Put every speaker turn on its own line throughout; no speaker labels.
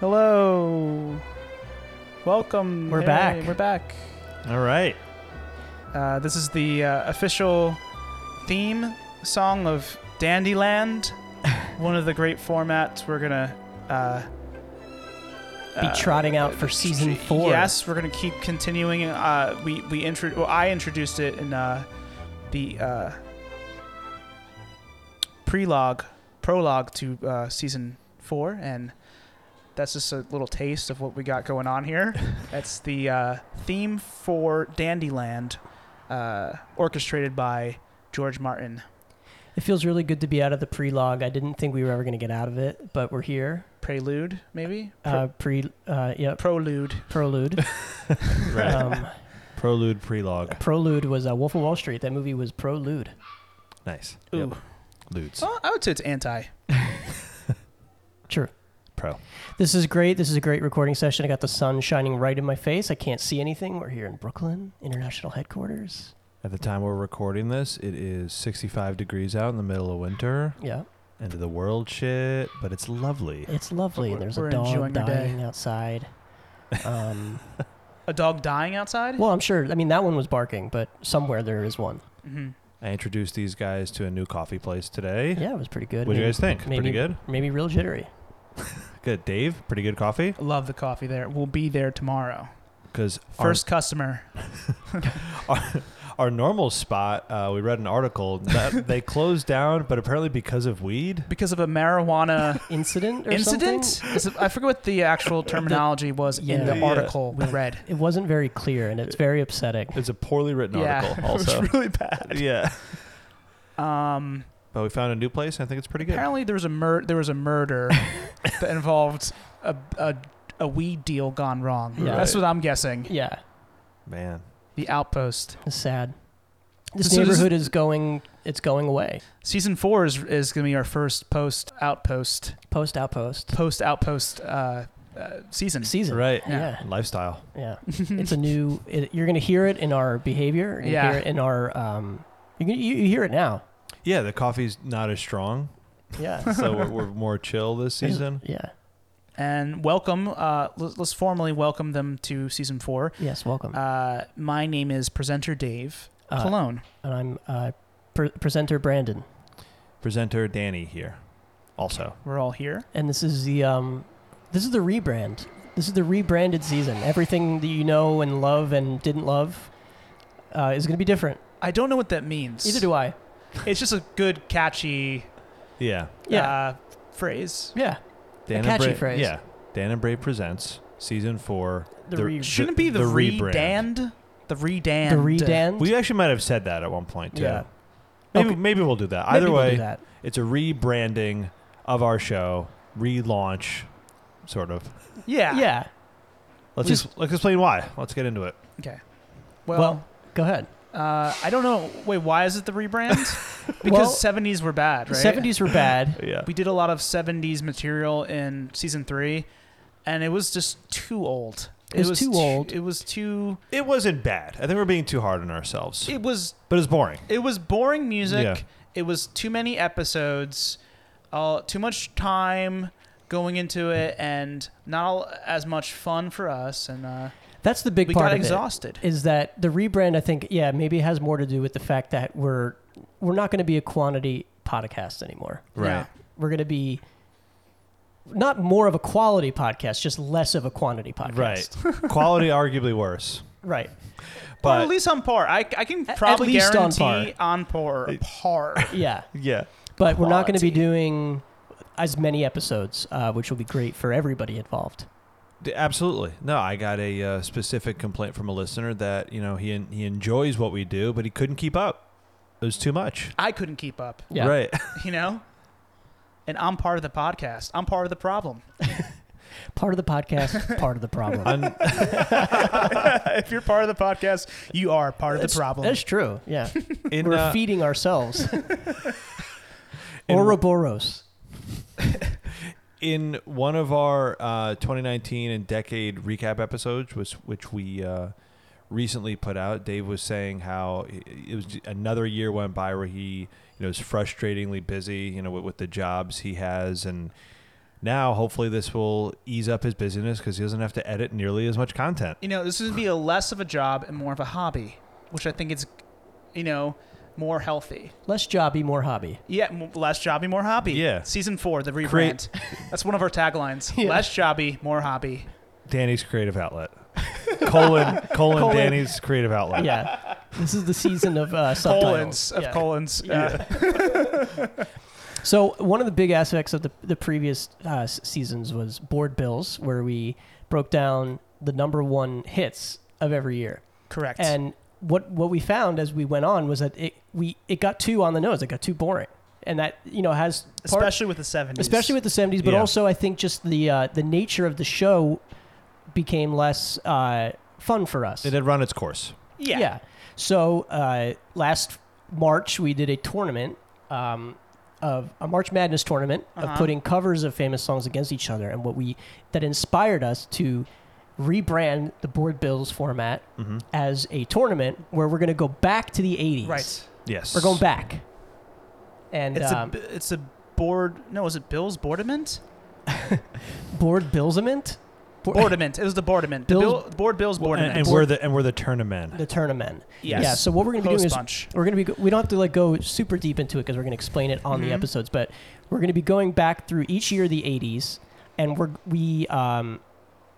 Hello. Welcome.
We're back.
We're back.
All right.
Uh, this is the uh, official theme song of Dandyland, one of the great formats we're going to. Uh,
Be
uh,
trotting out for season four.
Yes, we're going to keep continuing. Uh, we we intro- well, I introduced it in uh, the uh, prelogue, prologue to uh, season four, and that's just a little taste of what we got going on here. that's the uh, theme for Dandyland, uh, orchestrated by George Martin.
It feels really good to be out of the prelogue. I didn't think we were ever going to get out of it, but we're here.
Prelude, maybe?
Uh, pre, uh, yep,
Prolude.
prolude.
Right.
Uh,
um,
Prolude, prelogue.
prolude was uh, Wolf of Wall Street. That movie was prolude.
Nice.
Ooh.
Yep. Ludes.
oh,
Well, I would say it's anti.
Sure.
Pro.
This is great. This is a great recording session. I got the sun shining right in my face. I can't see anything. We're here in Brooklyn, international headquarters.
At the time we're recording this, it is 65 degrees out in the middle of winter.
Yeah,
End of the world shit, but it's lovely.
it's lovely.
We're-
and there's
we're
a dog
enjoying our day.
dying outside. Um,
A dog dying outside?
well, I'm sure. I mean, that one was barking, but somewhere there is one.
hmm
I introduced these guys to a new coffee place today.
Yeah, it was pretty good.
What do you guys think?
maybe-
Pretty good?
Maybe real jittery.
Good. Dave, pretty good coffee?
Love the coffee there. We'll be there tomorrow.
Because
First customer.
our normal spot, uh, we read an article that they closed down, but apparently because of weed.
Because of a marijuana
Incident or
incident?
something?
Is it- I forget what the actual terminology was in
Yeah.
the
Yeah.
article we read.
It wasn't very clear, and it's very upsetting.
It's a poorly written
yeah,
article, also.
it was really bad.
yeah.
Um,
But we found a new place. and I think it's pretty good.
apparently, there was a mur- there was a murder that involved a, a a weed deal gone wrong.
Yeah.
That's
Right.
what I'm guessing.
Yeah,
Man.
The Outpost
it's sad. This
So this is-
neighborhood is going. It's going away.
season four is is gonna be our first post Outpost
Post outpost
post Outpost uh, uh, season.
season.
Right.
Yeah.
Lifestyle.
Yeah,
Mm-hmm.
it's a new. It, you're gonna hear it in our behavior. You're gonna
Yeah.
hear it in our. Um, you, can- you you hear it now.
Yeah, the coffee's not as strong,
Yeah.
so we're, we're more chill this season.
yeah.
and welcome. Uh, let's, let's formally welcome them to season four.
Yes. Welcome.
Uh, my name is presenter Dave
Uh,
Cologne.
and I'm uh, pre- presenter Brandon,
Presenter Danny here, also.
We're all here.
and this is the um, this is the rebrand. This is the rebranded season. Everything that you know and love and didn't love uh, is gonna be different.
I don't know what that means.
Either do I.
It's just a good, catchy
Yeah,
Yeah.
uh, phrase.
yeah.
Dan
catchy
Bray,
phrase.
Yeah, Dan and Bray presents season four.
The,
The-
re-
Shouldn't it be the,
the rebrand.
redand. The redand.
the redand.
We actually might have said that at one point too.
Yeah.
Maybe
Okay.
maybe we'll do that.
Maybe
Either
we'll do
way,
that.
it's a rebranding of our show, relaunch, sort of.
Yeah.
Yeah.
Let's
Just-
ex- let's explain why. Let's get into it.
Okay. Well,
Well, go ahead.
uh, I don't know. Wait, why is it the rebrand?
Well,
because 70s were bad,
The
right?
70s were bad.
Yeah,
We did a lot of 70s material in season three, and it was just too old.
It was too
t-
old.
It was too.
it wasn't bad. I think we're being too hard on ourselves,
It was
but it's boring.
It was boring music.
Yeah.
It was too many episodes, uh, too much time going into it, and not all, as much fun for us. And uh,
That's the big
we
part
got
of it.
exhausted.
is that the rebrand i think yeah maybe has more to do with the fact that we're we're not going to be a quantity podcast anymore
Yeah.
Right.
we're going to be not more of a quality podcast just less of a quantity podcast
Right. Quality arguably worse,
right
But at
but
least on par. I, I can probably
least on
guarantee on par. On par.
yeah
yeah.
but we're not going to be
Quality.
doing as many episodes uh, which will be great for everybody involved
D- Absolutely. No, I got a uh, specific complaint from a listener that, you know, he en- he enjoys what we do, but he couldn't keep up. It was too much.
I couldn't keep up,
yeah
Right.
you know? And I'm part of the podcast. I'm part of the problem.
part of the podcast part of the problem
Un-
if you're part of the podcast, you are part of
That's-
the problem.
that's true yeah
in,
we're
uh,
feeding ourselves
in-
Ouroboros.
in one of our uh, 2019 and decade recap episodes, which which we uh, recently put out, Dave was saying how i- it was j- another year went by where he you know is frustratingly busy, you know, with, with the jobs he has and Now, hopefully, this will ease up his busyness because he doesn't have to edit nearly as much content.
You know, this would be a less of a job and more of a hobby, which I think is, you know, more healthy.
Less jobby, more hobby.
Yeah, m- less jobby, more hobby.
Yeah.
Season four, the rebrand.
Create-
That's one of our taglines.
Yeah.
Less jobby, more hobby.
Danny's creative outlet. colon, colon
Colon.
Danny's creative outlet.
Yeah. this is the season of uh,
Colons
subtitles.
of
Yeah.
colons. Uh,
So one of the big aspects of the the previous uh, s- seasons was board bills, where we broke down the number one hits of every year.
Correct.
And what what we found as we went on was that it we it got too on the nose. It got too boring, and that you know has part-
especially with the 70s.
especially with the seventies, but
Yeah.
also I think just the uh, the nature of the show became less uh, fun for us.
It had run its course.
yeah.
So uh, last March we did a tournament um, of a March Madness tournament of
Uh-huh.
putting covers of famous songs against each other, and what we that inspired us to rebrand the board bills format
Mm-hmm.
as a tournament where we're going to go back to the 80s.
Right.
Yes.
We're going back. And
It's
um,
a it's a board. No, is it Bill's Boardament?
board billsament? Board-
Boardament. It was the Boardament. The
Bill's-
Bill, board Bill's
Well,
Boardament.
and, and we're the and we're the tournament.
the tournament.
yes.
Yeah. So what we're going to be doing
Post
is
punch.
we're going to be we don't have to like go super deep into it because we're going to explain it on
Mhm.
the episodes but we're going to be going back through each year of the 80s and we're we um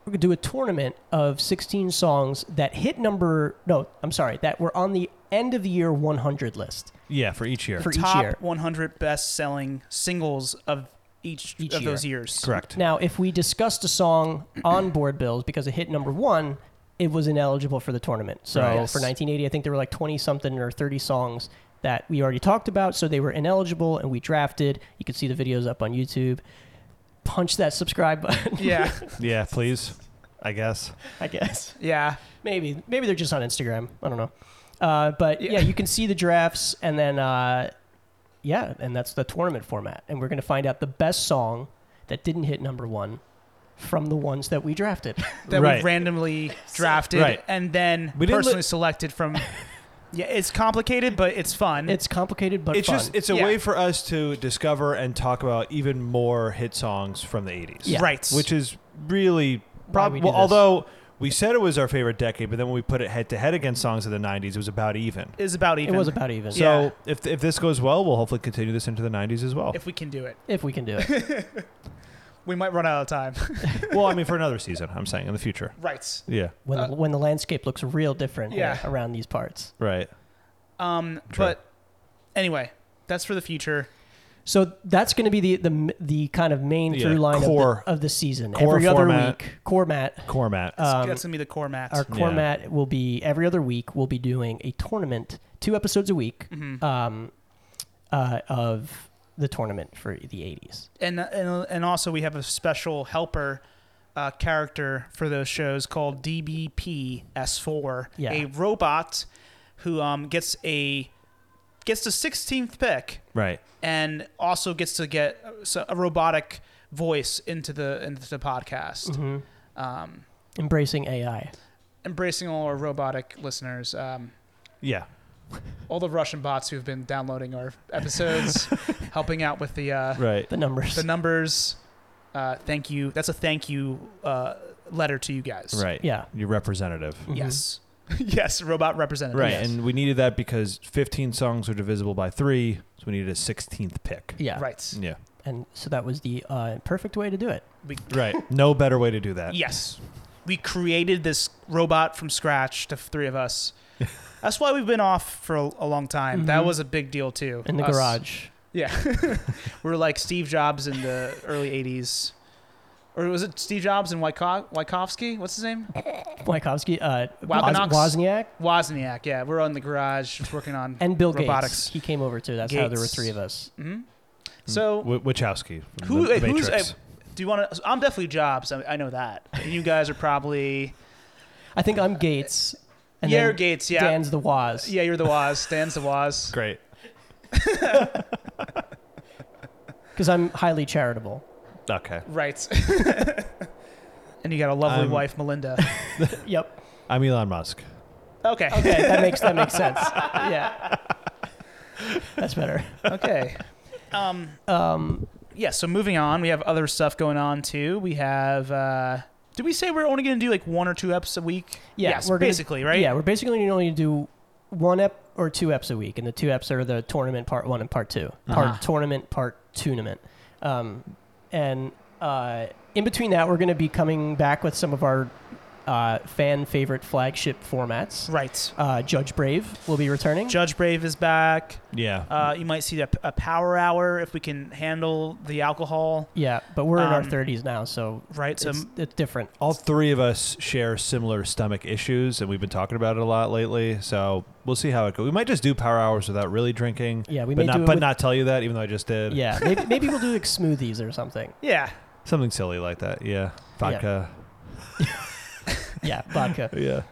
we're going to do a tournament of 16 songs that hit number no i'm sorry that were on the end of the year 100 list
Yeah, for each year.
for
Top
each year
100 best-selling singles of each,
Each
of
year.
those years.
Correct.
now if we discussed a song on board bills because it hit number one it was ineligible for the tournament so
Right.
for 1980 i think there were like 20 something or 30 songs that we already talked about so they were ineligible and we drafted you can see the videos up on youtube punch that subscribe button
Yeah.
Yeah, please. I guess.
i guess
yeah.
maybe maybe they're just on instagram i don't know uh, but yeah.
Yeah.
you can see the drafts and then uh, yeah and that's the tournament format and we're going to find out the best song that didn't hit number one from the ones that we drafted
That
Right.
we randomly drafted
Right.
and then
We didn't
personally
li-
selected from. Yeah, it's complicated, but it's fun.
it's complicated but
Mm. it's
fun.
just it's a
Yeah.
way for us to discover and talk about even more hit songs from the 80s.
Yeah.
right.
Which is really
Why we
probably
do
well,
this.
although we said it was our favorite decade, but then when we put it head to head against songs of the 90s, it was about even.
is about
it
even.
was about even
Yeah.
So if if this goes well, we'll hopefully continue this into the 90s as well.
if we can do it,
if we can do it
we might run out of time.
well, I mean for another season, I'm saying in the future.
right.
Yeah.
when
Uh,
the, when the landscape looks real different
Yeah.
uh, around these parts
Right.
Um,
True.
but anyway, that's for the future.
so that's going to be the, the the kind of main
Yeah,
through line
core-
of, the, of the season
core
every other
format.
week core mat
Core Matt.
um,
that's gonna be the core mat.
our core
Yeah.
mat will be every other week we'll be doing a tournament two episodes a week
Mhm.
um, uh, of the tournament for the 80s
and and and also we have a special helper uh, character for those shows called DBP S4,
Yeah.
a robot who um, gets a gets the 16th pick
right.
and also gets to get so- a robotic voice into the into the podcast. Um,
Mm-hmm. embracing ai
embracing all our robotic listeners, um,
Yeah.
all the Russian bots who've been downloading our episodes, helping out with the uh,
Right.
the numbers
the numbers. Uh, thank you. That's a thank you uh, letter to you guys.
Right.
yeah
Your representative.
Mhm.
Yes. yes. Robot representative.
Right,
Yes.
and we needed that because 15 songs are divisible by three, so we needed a 16th pick.
Mm-hmm. yeah
Right.
Yeah. Mm,
and so that was the uh, perfect way to do it
We,
Right. No better way to do that.
yes. We created this robot from scratch, the three of us. That's why we've been off for a, a long time. That
Mhm.
was a big deal too.
in the
Us-
garage
Yeah. we were like Steve Jobs in the early '80s, or was it Steve Jobs and Wyko- Wykowski? What's his name?
Eh. Wykowski, uh,
Wapenox?
Woz- Wozniak,
Wozniak. Yeah, we we're on the garage working on.
and Bill
Robotics.
Gates. He came over too. That's how there were
Gates.
three of us.
Mhm.
Mm.
So
W- Wachowski. from
Who-
the, the
who's-
Matrix.
Do you want to? I'm definitely Jobs. I, I know that. And you guys are probably.
I think I'm Gates, and
yeah, you're
then
Gates. Yeah.
Dan's the Woz.
Yeah, you're the Waz. Stan's the Waz.
Great.
because I'm highly charitable.
Okay.
Right. and you got a lovely
I'm-
wife, Melinda.
yep.
I'm Elon Musk.
Okay.
Okay, that makes that makes sense. Yeah. That's better.
Okay. Um,
Um,
yeah, so moving on, we have other stuff going on too. We have. Uh, did we say we're only going to do like one or two eps a week?
Yeah,
yes,
we're gonna-
basically, right?
Yeah, we're basically going to do one ep or two eps a week, and the two eps are the tournament part one and part 2 part
Uh-huh.
tournament part tournament, um, and uh, in between that, we're going to be coming back with some of our uh, fan favorite flagship formats.
Right.
Uh, Judge Brave will be returning.
Judge Brave is back.
Yeah.
Uh, you might see a, a power hour if we can handle the alcohol,
yeah, but we're in our
Um,
30s now, so
right?
it's,
So
it's different.
All three of us share similar stomach issues, and we've been talking about it a lot lately. So we'll see how it goes. We might just do power hours without really drinking,
Yeah, we
but
may do
not
it
but
with-
not tell you that, even though I just did.
Yeah, maybe, maybe we'll do like smoothies or something.
yeah,
something silly like that. Yeah, vodka.
Yeah, vodka.
Yeah,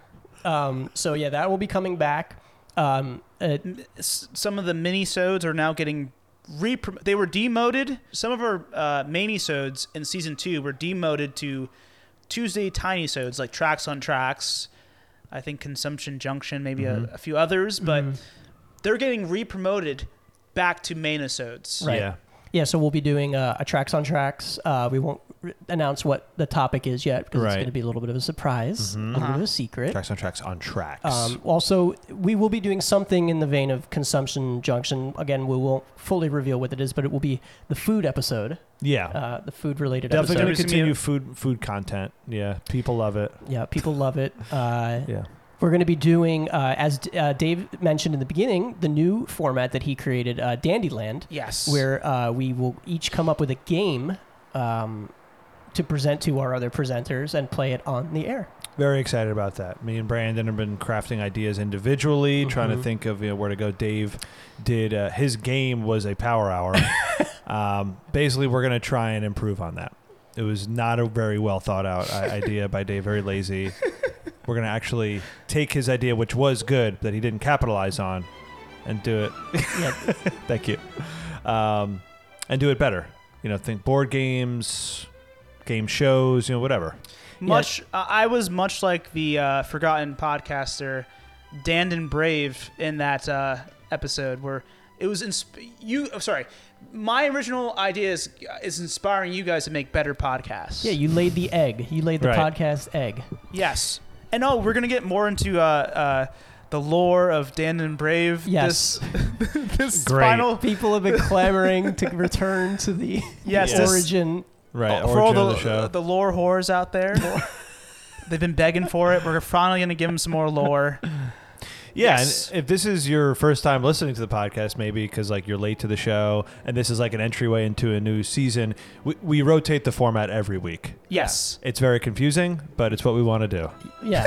Um, so yeah, that will be coming back. Um, uh,
M- s- some of the mini sodes are now getting re they were demoted some of our uh mini sodes in season two were demoted to tuesday tiny sodes like tracks on tracks i think consumption junction maybe a,
Mm-hmm.
Mhm.
a few others but
Mhm.
they're getting re-promoted back to manisodes
Right.
yeah.
yeah, so we'll be doing uh, a tracks on tracks. Uh, we won't r announce what the topic is yet because it's
Right.
going to be a little bit of a surprise,
Mhm.
a little bit of
Uh-huh.
a secret.
Tracks on tracks on tracks.
Um, also, we will be doing something in the vein of consumption junction. Again, we won't fully reveal what it is, but it will be the food episode,
yeah,
uh, the food related
definitely
episode.
going to
There's gonna be
continue food food content. Yeah, people love it.
Yeah, people love it. Uh,
Yeah,
We're going to be doing, uh, as uh, Dave mentioned in the beginning, the new format that he created, uh, Dandyland,
yes
where uh, we will each come up with a game um, to present to our other presenters and play it on the air.
very excited about that. Me and Brandon have been crafting ideas individually, trying to
Mhm.
think of you know, where to go. Dave did uh, his game was a power hour. um, basically, we're going to try and improve on that. It was not a very well thought out i- idea by Dave. Very lazy. We're going to actually take his idea, which was good, that he didn't capitalize on, and do it
Yeah,
Thank you. Um, and do it better. You know, think board games, game shows, you know, whatever.
much I i was much like the uh forgotten podcaster dandon brave in that uh episode where it was insp- you oh, sorry my original idea is is inspiring you guys to make better podcasts
yeah, you laid the egg. You laid the
Right.
podcast egg.
yes and oh we're gonna get more into uh uh the lore of Dandon Brave.
Yes.
This, this
Great.
final,
People have been clamoring to return to the
yes,
Yeah.
this-
origin.
Right.
Uh, for all
origin
the
of the show.
the lore whores out there, they've been begging for it. We're finally gonna give them some more lore.
yeah.
yes.
And if this is your first time listening to the podcast, maybe because like you're late to the show and this is like an entryway into a new season, we, we rotate the format every week.
Yes,
It's very confusing, but it's what we want to do.
Yeah.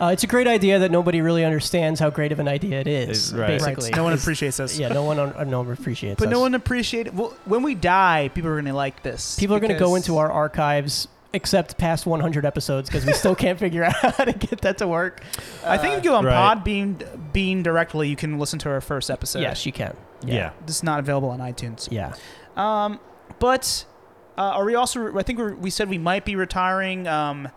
Uh, it's a great idea that nobody really understands how great of an idea it is.
It- right. Right.
Basically,
No one
It's-
appreciates us.
Yeah, no one, un- no one appreciates.
But no
us.
one appreciated. Well, when we die, people are going to like this.
People are going to go
because-
into our archives, except past 100 episodes, because we still can't figure out how to get that to work.
I think if you go on
Right.
Podbean Bean directly, you can listen to our first episode.
yes, you can.
Yeah.
This is not available on iTunes.
Yeah.
Um, but uh, are we also? I think we're, we said we might be retiring um,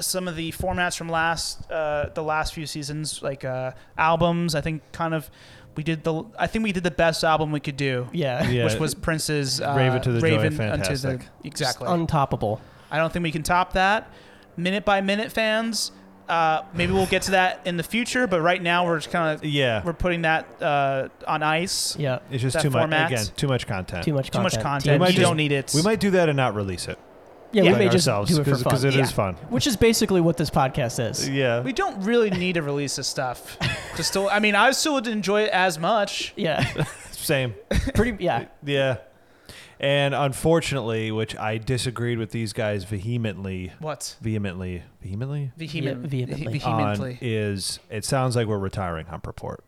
some of the formats from last uh, the last few seasons, like uh, albums. I think kind of we did the. I think we did the best album we could do.
Yeah.
Yeah.
Which was Prince's uh,
Raven to the Joy,
Raven unto the
fantastic.
exactly
It's untoppable.
I don't think we can top that. Minute by minute fans. Uh, maybe we'll get to that in the future, but right now we're just kind of
Yeah.
we're putting that uh, on ice.
Yeah.
It's just
that
too
format.
much. Again, too much content.
Too much
Too
content.
much
We
content.
might
You
much-
just-
don't need it.
we might do that and not release it.
yeah, we
like
may just
ourselves,
do it for
cause,
fun.
'cause it
Yeah.
is fun.
Which is basically what this podcast is.
Yeah.
We don't really need to release this stuff. to still, I mean, I still would enjoy it as much.
Yeah.
Same.
Pretty. Yeah.
Yeah. And unfortunately, which I disagreed with these guys vehemently,
What
vehemently, vehemently,
vehement,
Yeah, vehemently.
ve- vehemently.
on is it sounds like we're retiring Hump Report.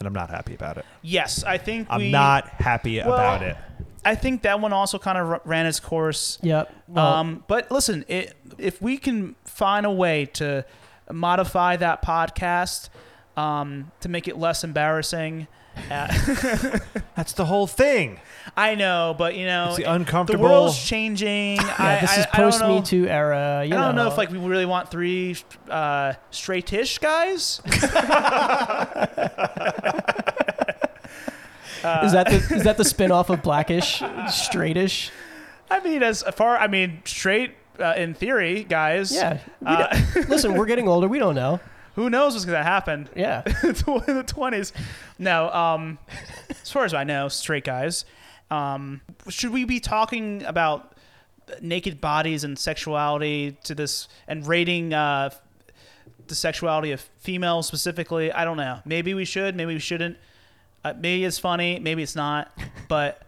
And I'm not happy about it.
yes, I think
I'm
we,
not happy
Well-
about it.
I think that one also kind of ran its course.
Yep. Well,
um, but listen, it, if we can find a way to modify that podcast um, to make it less embarrassing, uh,
That's the whole thing.
I know. But you know,
It's the
the
uncomfortable.
world's changing. I,
yeah, this
I,
is
I don't
post
know-
Me Too era.
I
You
don't know. if like we really want three uh, straightish guys. Uh,
Is that the is that the spinoff of Blackish, Straightish?
I mean, as far I mean, straight uh, in theory, guys.
Yeah. we
Uh,
don't- listen, we're getting older. We don't know.
Who knows what's gonna happen?
Yeah.
in the twenties. No, um, as far as I know, straight guys. Um, should we be talking about naked bodies and sexuality to this and rating uh, the sexuality of females specifically? I don't know. Maybe we should. Maybe we shouldn't. Uh, maybe it's funny. Maybe it's not. But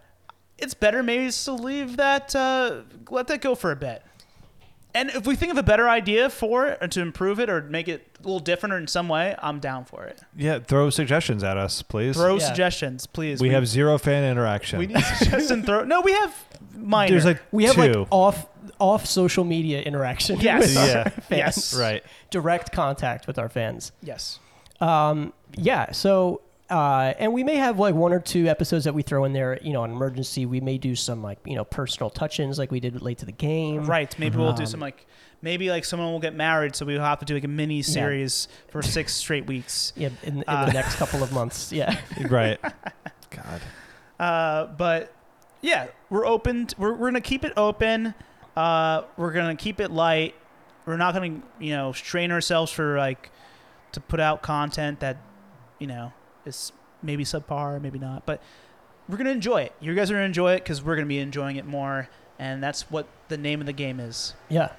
it's better maybe just to leave that. Uh, let that go for a bit. And if we think of a better idea for it, or to improve it, or make it a little different, or in some way, I'm down for it.
Yeah, throw suggestions at us, please.
Throw
Yeah.
suggestions, please.
we have zero fan interaction.
we need suggestions. throw. No, we have minor.
There's like
We have
two.
like off off social media interaction.
Yes.
with our
Yeah.
fans.
Yes.
right.
Direct contact with our fans.
yes.
Um, yeah. So, uh, and we may have like one or two episodes that we throw in there. You know, an emergency. We may do some like you know personal touch-ins, like we did with late to the game.
Right. Maybe we'll do
Um,
some like maybe like someone will get married, so we'll have to do like a mini series for six straight weeks.
Yeah. In, in
Uh,
the next couple of months. Yeah.
Right. God.
Uh, but yeah, we're open. t- we're we're gonna keep it open. Uh, we're gonna keep it light. We're not gonna you know strain ourselves for like to put out content that you know is maybe subpar, maybe not. But we're gonna enjoy it. You guys are gonna enjoy it because we're gonna be enjoying it more, and that's what the name of the game is.
Yeah.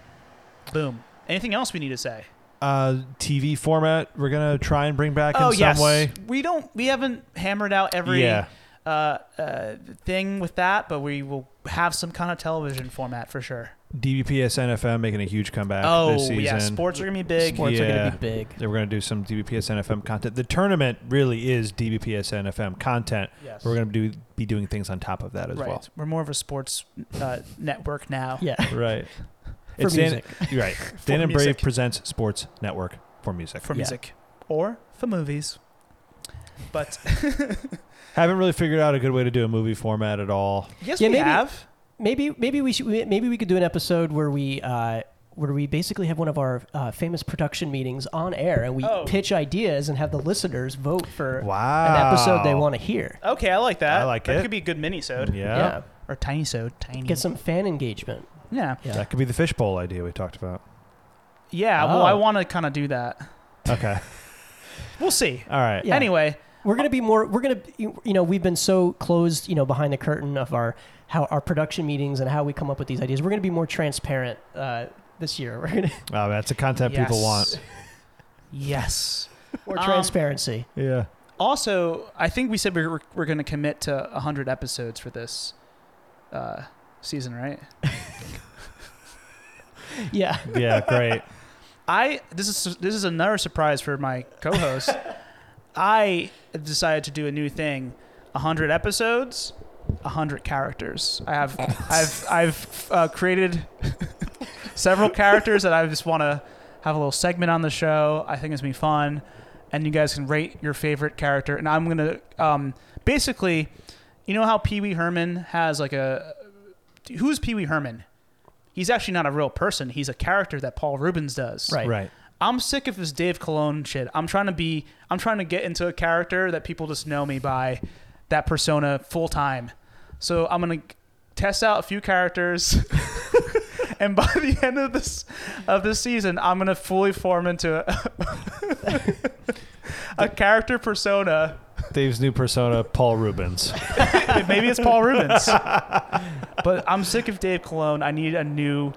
Boom. Anything else we need to say?
Uh, TV format. We're gonna try and bring back in some way.
Oh, We don't. We haven't hammered out every
yeah.
uh, uh, thing with that, but we will have some kind of television format for sure.
DBPS NFM making a huge comeback
Oh
this season.
yeah, sports are gonna be big.
Sports are
Yeah.
gonna be big.
They We're gonna do some DBPS NFM content. The tournament really is DBPS NFM content.
Yes.
We're gonna do be doing things on top of that as
right.
well.
We're more of a sports uh, network now.
Yeah.
Right.
For music.
Dan, right. Dan and Brave
music.
presents Sports Network for music.
for
Yeah.
music or for movies. But
Haven't really figured out a good way to do a movie format at all.
yes,
Yeah,
we
maybe-
have.
Maybe maybe we should maybe we could do an episode where we uh, where we basically have one of our uh, famous production meetings on air and we
Oh.
pitch ideas and have the listeners vote for
Wow.
an episode they want to hear.
Okay, I like that.
I like
that
it.
could be a good mini-sode.
Yeah.
Or tiny-sode. Tiny.
Get some fan engagement.
yeah.
Yeah.
That could be the fishbowl idea we talked about.
Yeah, well, I
Oh.
want to kind of do that.
Okay.
We'll see.
all right.
Yeah.
Anyway,
We're gonna be more. We're gonna, you you know, we've been so closed, you know, behind the curtain of our how our production meetings and how we come up with these ideas. We're gonna be more transparent uh, this year. We're gonna
Wow, that's the content people
Yes.
want.
yes.
more
Um,
transparency.
Yeah.
Also, I think we said we were, we're going to commit to 100 episodes for this uh, season, right?
Yeah.
Yeah. Great.
I this is this is another surprise for my co-host. I decided to do a new thing: hundred episodes, hundred characters. I have I've I've uh, created several characters that I just want to have a little segment on the show. I think it's gonna be fun, and you guys can rate your favorite character. And I'm gonna um, basically, you know how Pee Wee Herman has like a who's Pee Wee Herman? He's actually not a real person. He's a character that Paul Rubens does.
Right.
Right.
I'm sick of this Dave Cologne shit. I'm trying to be I'm trying to get into a character that people just know me by that persona full time. So I'm gonna test out a few characters and by the end of this of this season I'm gonna fully form into a, a character persona.
Dave's new persona, Paul Rubens.
Maybe it's Paul Rubens. but I'm sick of Dave Cologne. I need a new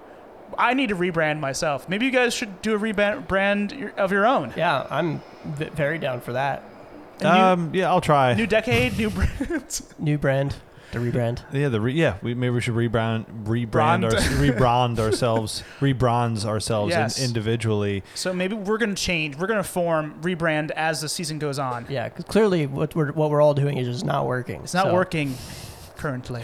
I need to rebrand myself. Maybe you guys should do a rebrand brand your- of your own.
Yeah, I'm v- very down for that.
A new-
Um. Yeah, I'll try.
New decade, new brands.
New brand, the rebrand.
yeah. The re- yeah. We maybe we should rebrand, rebrand,
Brand.
our, rebrand ourselves, rebronze ourselves in-
Yes.
individually.
So maybe we're gonna change. We're gonna form rebrand as the season goes on.
Yeah, 'cause clearly what we're what we're all doing is just not working.
It's not
So,
working currently.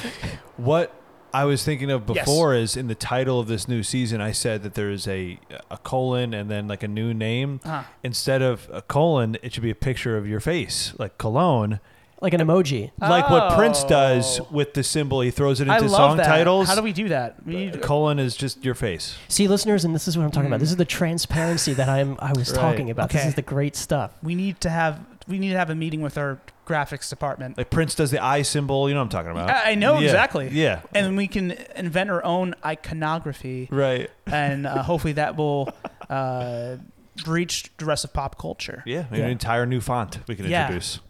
What I was thinking of
Yes.
before is in the title of this new season, I said that there is a a colon and then like a new name.
Uh-huh.
Instead of a colon, it should be a picture of your face, like cologne,
Like an emoji.
like what Prince does
Oh.
with the symbol. He throws it
I
into
love
song
that.
titles.
How do we do that? We need-
colon is just your face.
See, listeners, and this is what I'm talking about. This is the transparency that I'm I was
Right.
talking about.
Okay.
This is the great stuff.
we need to have we need to have a meeting with our graphics department.
Like Prince does the eye symbol. You know what I'm talking about.
I, I know
Yeah,
exactly.
Yeah.
And we can invent our own iconography,
Right.
and uh, hopefully that will uh, breach the rest of pop culture.
Yeah.
Yeah.
An entire new font we can
Yeah.
introduce.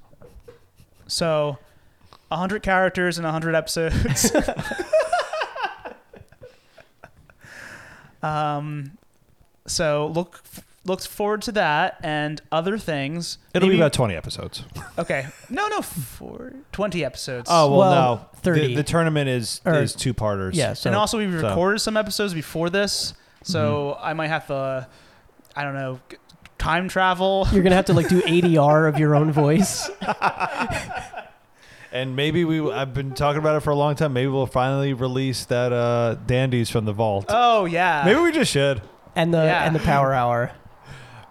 So, 100 characters in 100 episodes. um, so look look forward to that and other things.
It'll
Maybe-
be about 20 episodes.
okay. No, no, four, 20 episodes.
Oh well,
Well,
no.
30.
The, the tournament is
Or-
is two parters.
Yeah, so
and also we
so- Mm-hmm.
recorded some episodes before this, so I might have to, I don't know, g- time travel.
you're gonna have to like do ADR of your own voice.
And maybe we I've been talking about it for a long time. Maybe we'll finally release that uh Dandies from the vault.
Oh yeah.
maybe we just should.
and the
Yeah.
and the power hour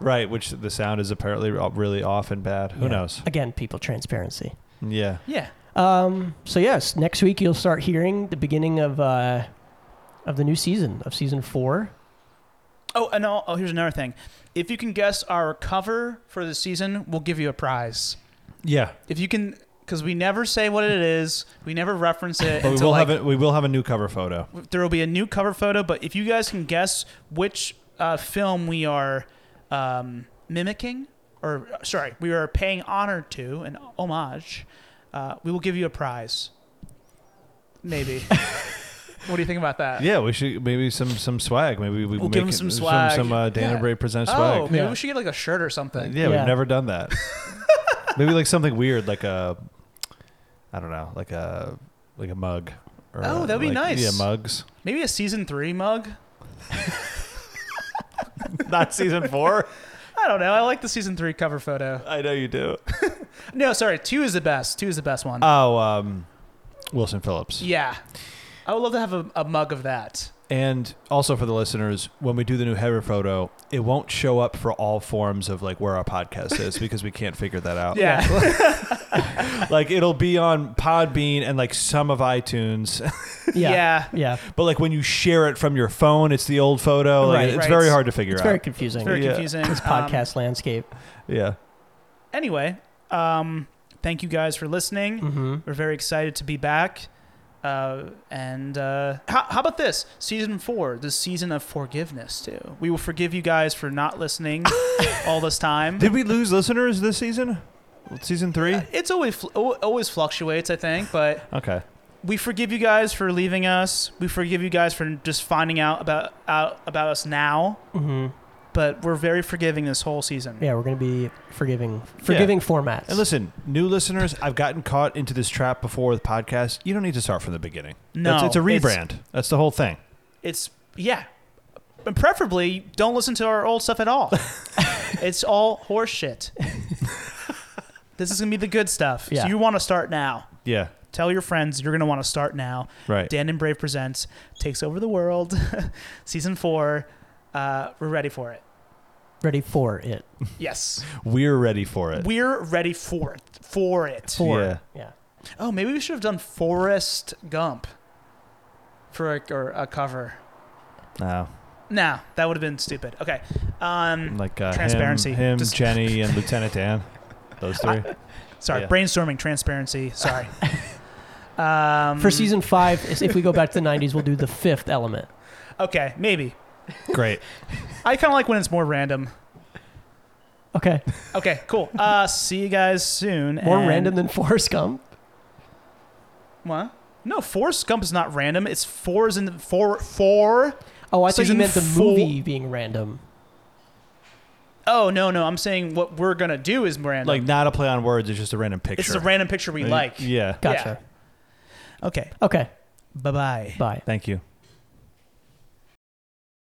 Right, which the sound is apparently really off and bad. Who
Yeah.
knows?
again. People transparency.
Yeah.
yeah.
Um, so yes, next week you'll start hearing the beginning of uh, of the new season of season four.
Oh, and oh, oh, here's another thing. If you can guess our cover for the season, we'll give you a prize.
Yeah.
If you can, because we never say what it is, we never reference it.
But we
until,
will
like,
have a, we will have a new cover photo.
there will be a new cover photo. But if you guys can guess which uh, film we are um, mimicking, or uh, sorry, we are paying honor to an homage, uh, we will give you a prize. Maybe. what do you think about that?
Yeah, we should maybe some some swag. Maybe we
We'll
make
give 'em
it-
some swag.
Some, uh, Dan
Yeah.
and Bray presents swag.
Oh, maybe
Yeah.
we should get like a shirt or something.
Yeah,
Yeah.
we've never done that. Maybe like something weird, like a, I don't know, like a like a mug. Or
Oh,
uh,
that'd be
like-
nice.
Yeah, mugs.
Maybe a season three mug.
Not season four.
I don't know. I like the season three cover photo.
I know you do.
No, sorry, two is the best. Two is the best one.
Oh, um, Wilson Phillips.
yeah, I would love to have a, a mug of that.
And also for the listeners, when we do the new header photo, it won't show up for all forms of like where our podcast is because we can't figure that out.
Yeah,
like it'll be on Podbean and like some of iTunes.
yeah.
Yeah, yeah.
But like when you share it from your phone, it's the old photo. Like,
Right,
it's
right.
very hard to figure
It's
out.
very confusing.
It's very
Yeah.
confusing.
this
Um,
podcast landscape.
yeah.
anyway, um, thank you guys for listening.
Mm-hmm.
We're very excited to be back. Uh, and uh, how, how about this season four, the season of forgiveness too. We will forgive you guys for not listening all this time. Uh,
Did we lose listeners this season? Season three?
It's always fl- al- always fluctuates, I think, but
Okay.
we forgive you guys for leaving us. We forgive you guys for just finding out about out about us now.
Mm-hmm.
But we're very forgiving this whole season.
Yeah, we're gonna be forgiving forgiving formats.
And listen, new listeners, I've gotten caught into this trap before with podcasts. You don't need to start from the beginning.
No,
That's- it's a
it's-
rebrand. That's the whole thing.
It's yeah, and preferably don't listen to our old stuff at all. it's all horseshit. this is gonna be the good stuff.
Yeah.
So you want to start now?
Yeah.
Tell your friends you're gonna want to start now.
Right.
Dan and Brave presents takes over the world, season four. Uh, we're ready for it.
ready for it.
Yes,
We're ready for it.
we're ready for it. For it.
For
Yeah.
yeah.
Oh, maybe we should have done Forrest Gump for a, or a cover.
No.
No, that would have been stupid. Okay. Um,
Like uh, him-
Transparency.
Him,
Just-
Jenny, and Lieutenant Dan. Those three.
sorry,
Yeah.
brainstorming transparency. Sorry. um,
For season five, is- if we go back to the '90s, we'll do the fifth element.
Okay, maybe.
Great.
I kind of like when it's more random.
Okay,
Okay, cool. Uh, see you guys soon.
more
and-
random than Forrest Gump.
What? No, Forrest Gump is not random. It's four is in the four four.
Oh, I thought
Season
you meant the
four-
movie being random.
Oh no, no, I'm saying what we're gonna do is random.
Like not a play on words. It's just a random picture.
it's a random picture we like.
Yeah.
Gotcha.
Okay.
Okay,
Bye bye.
bye.
Thank you.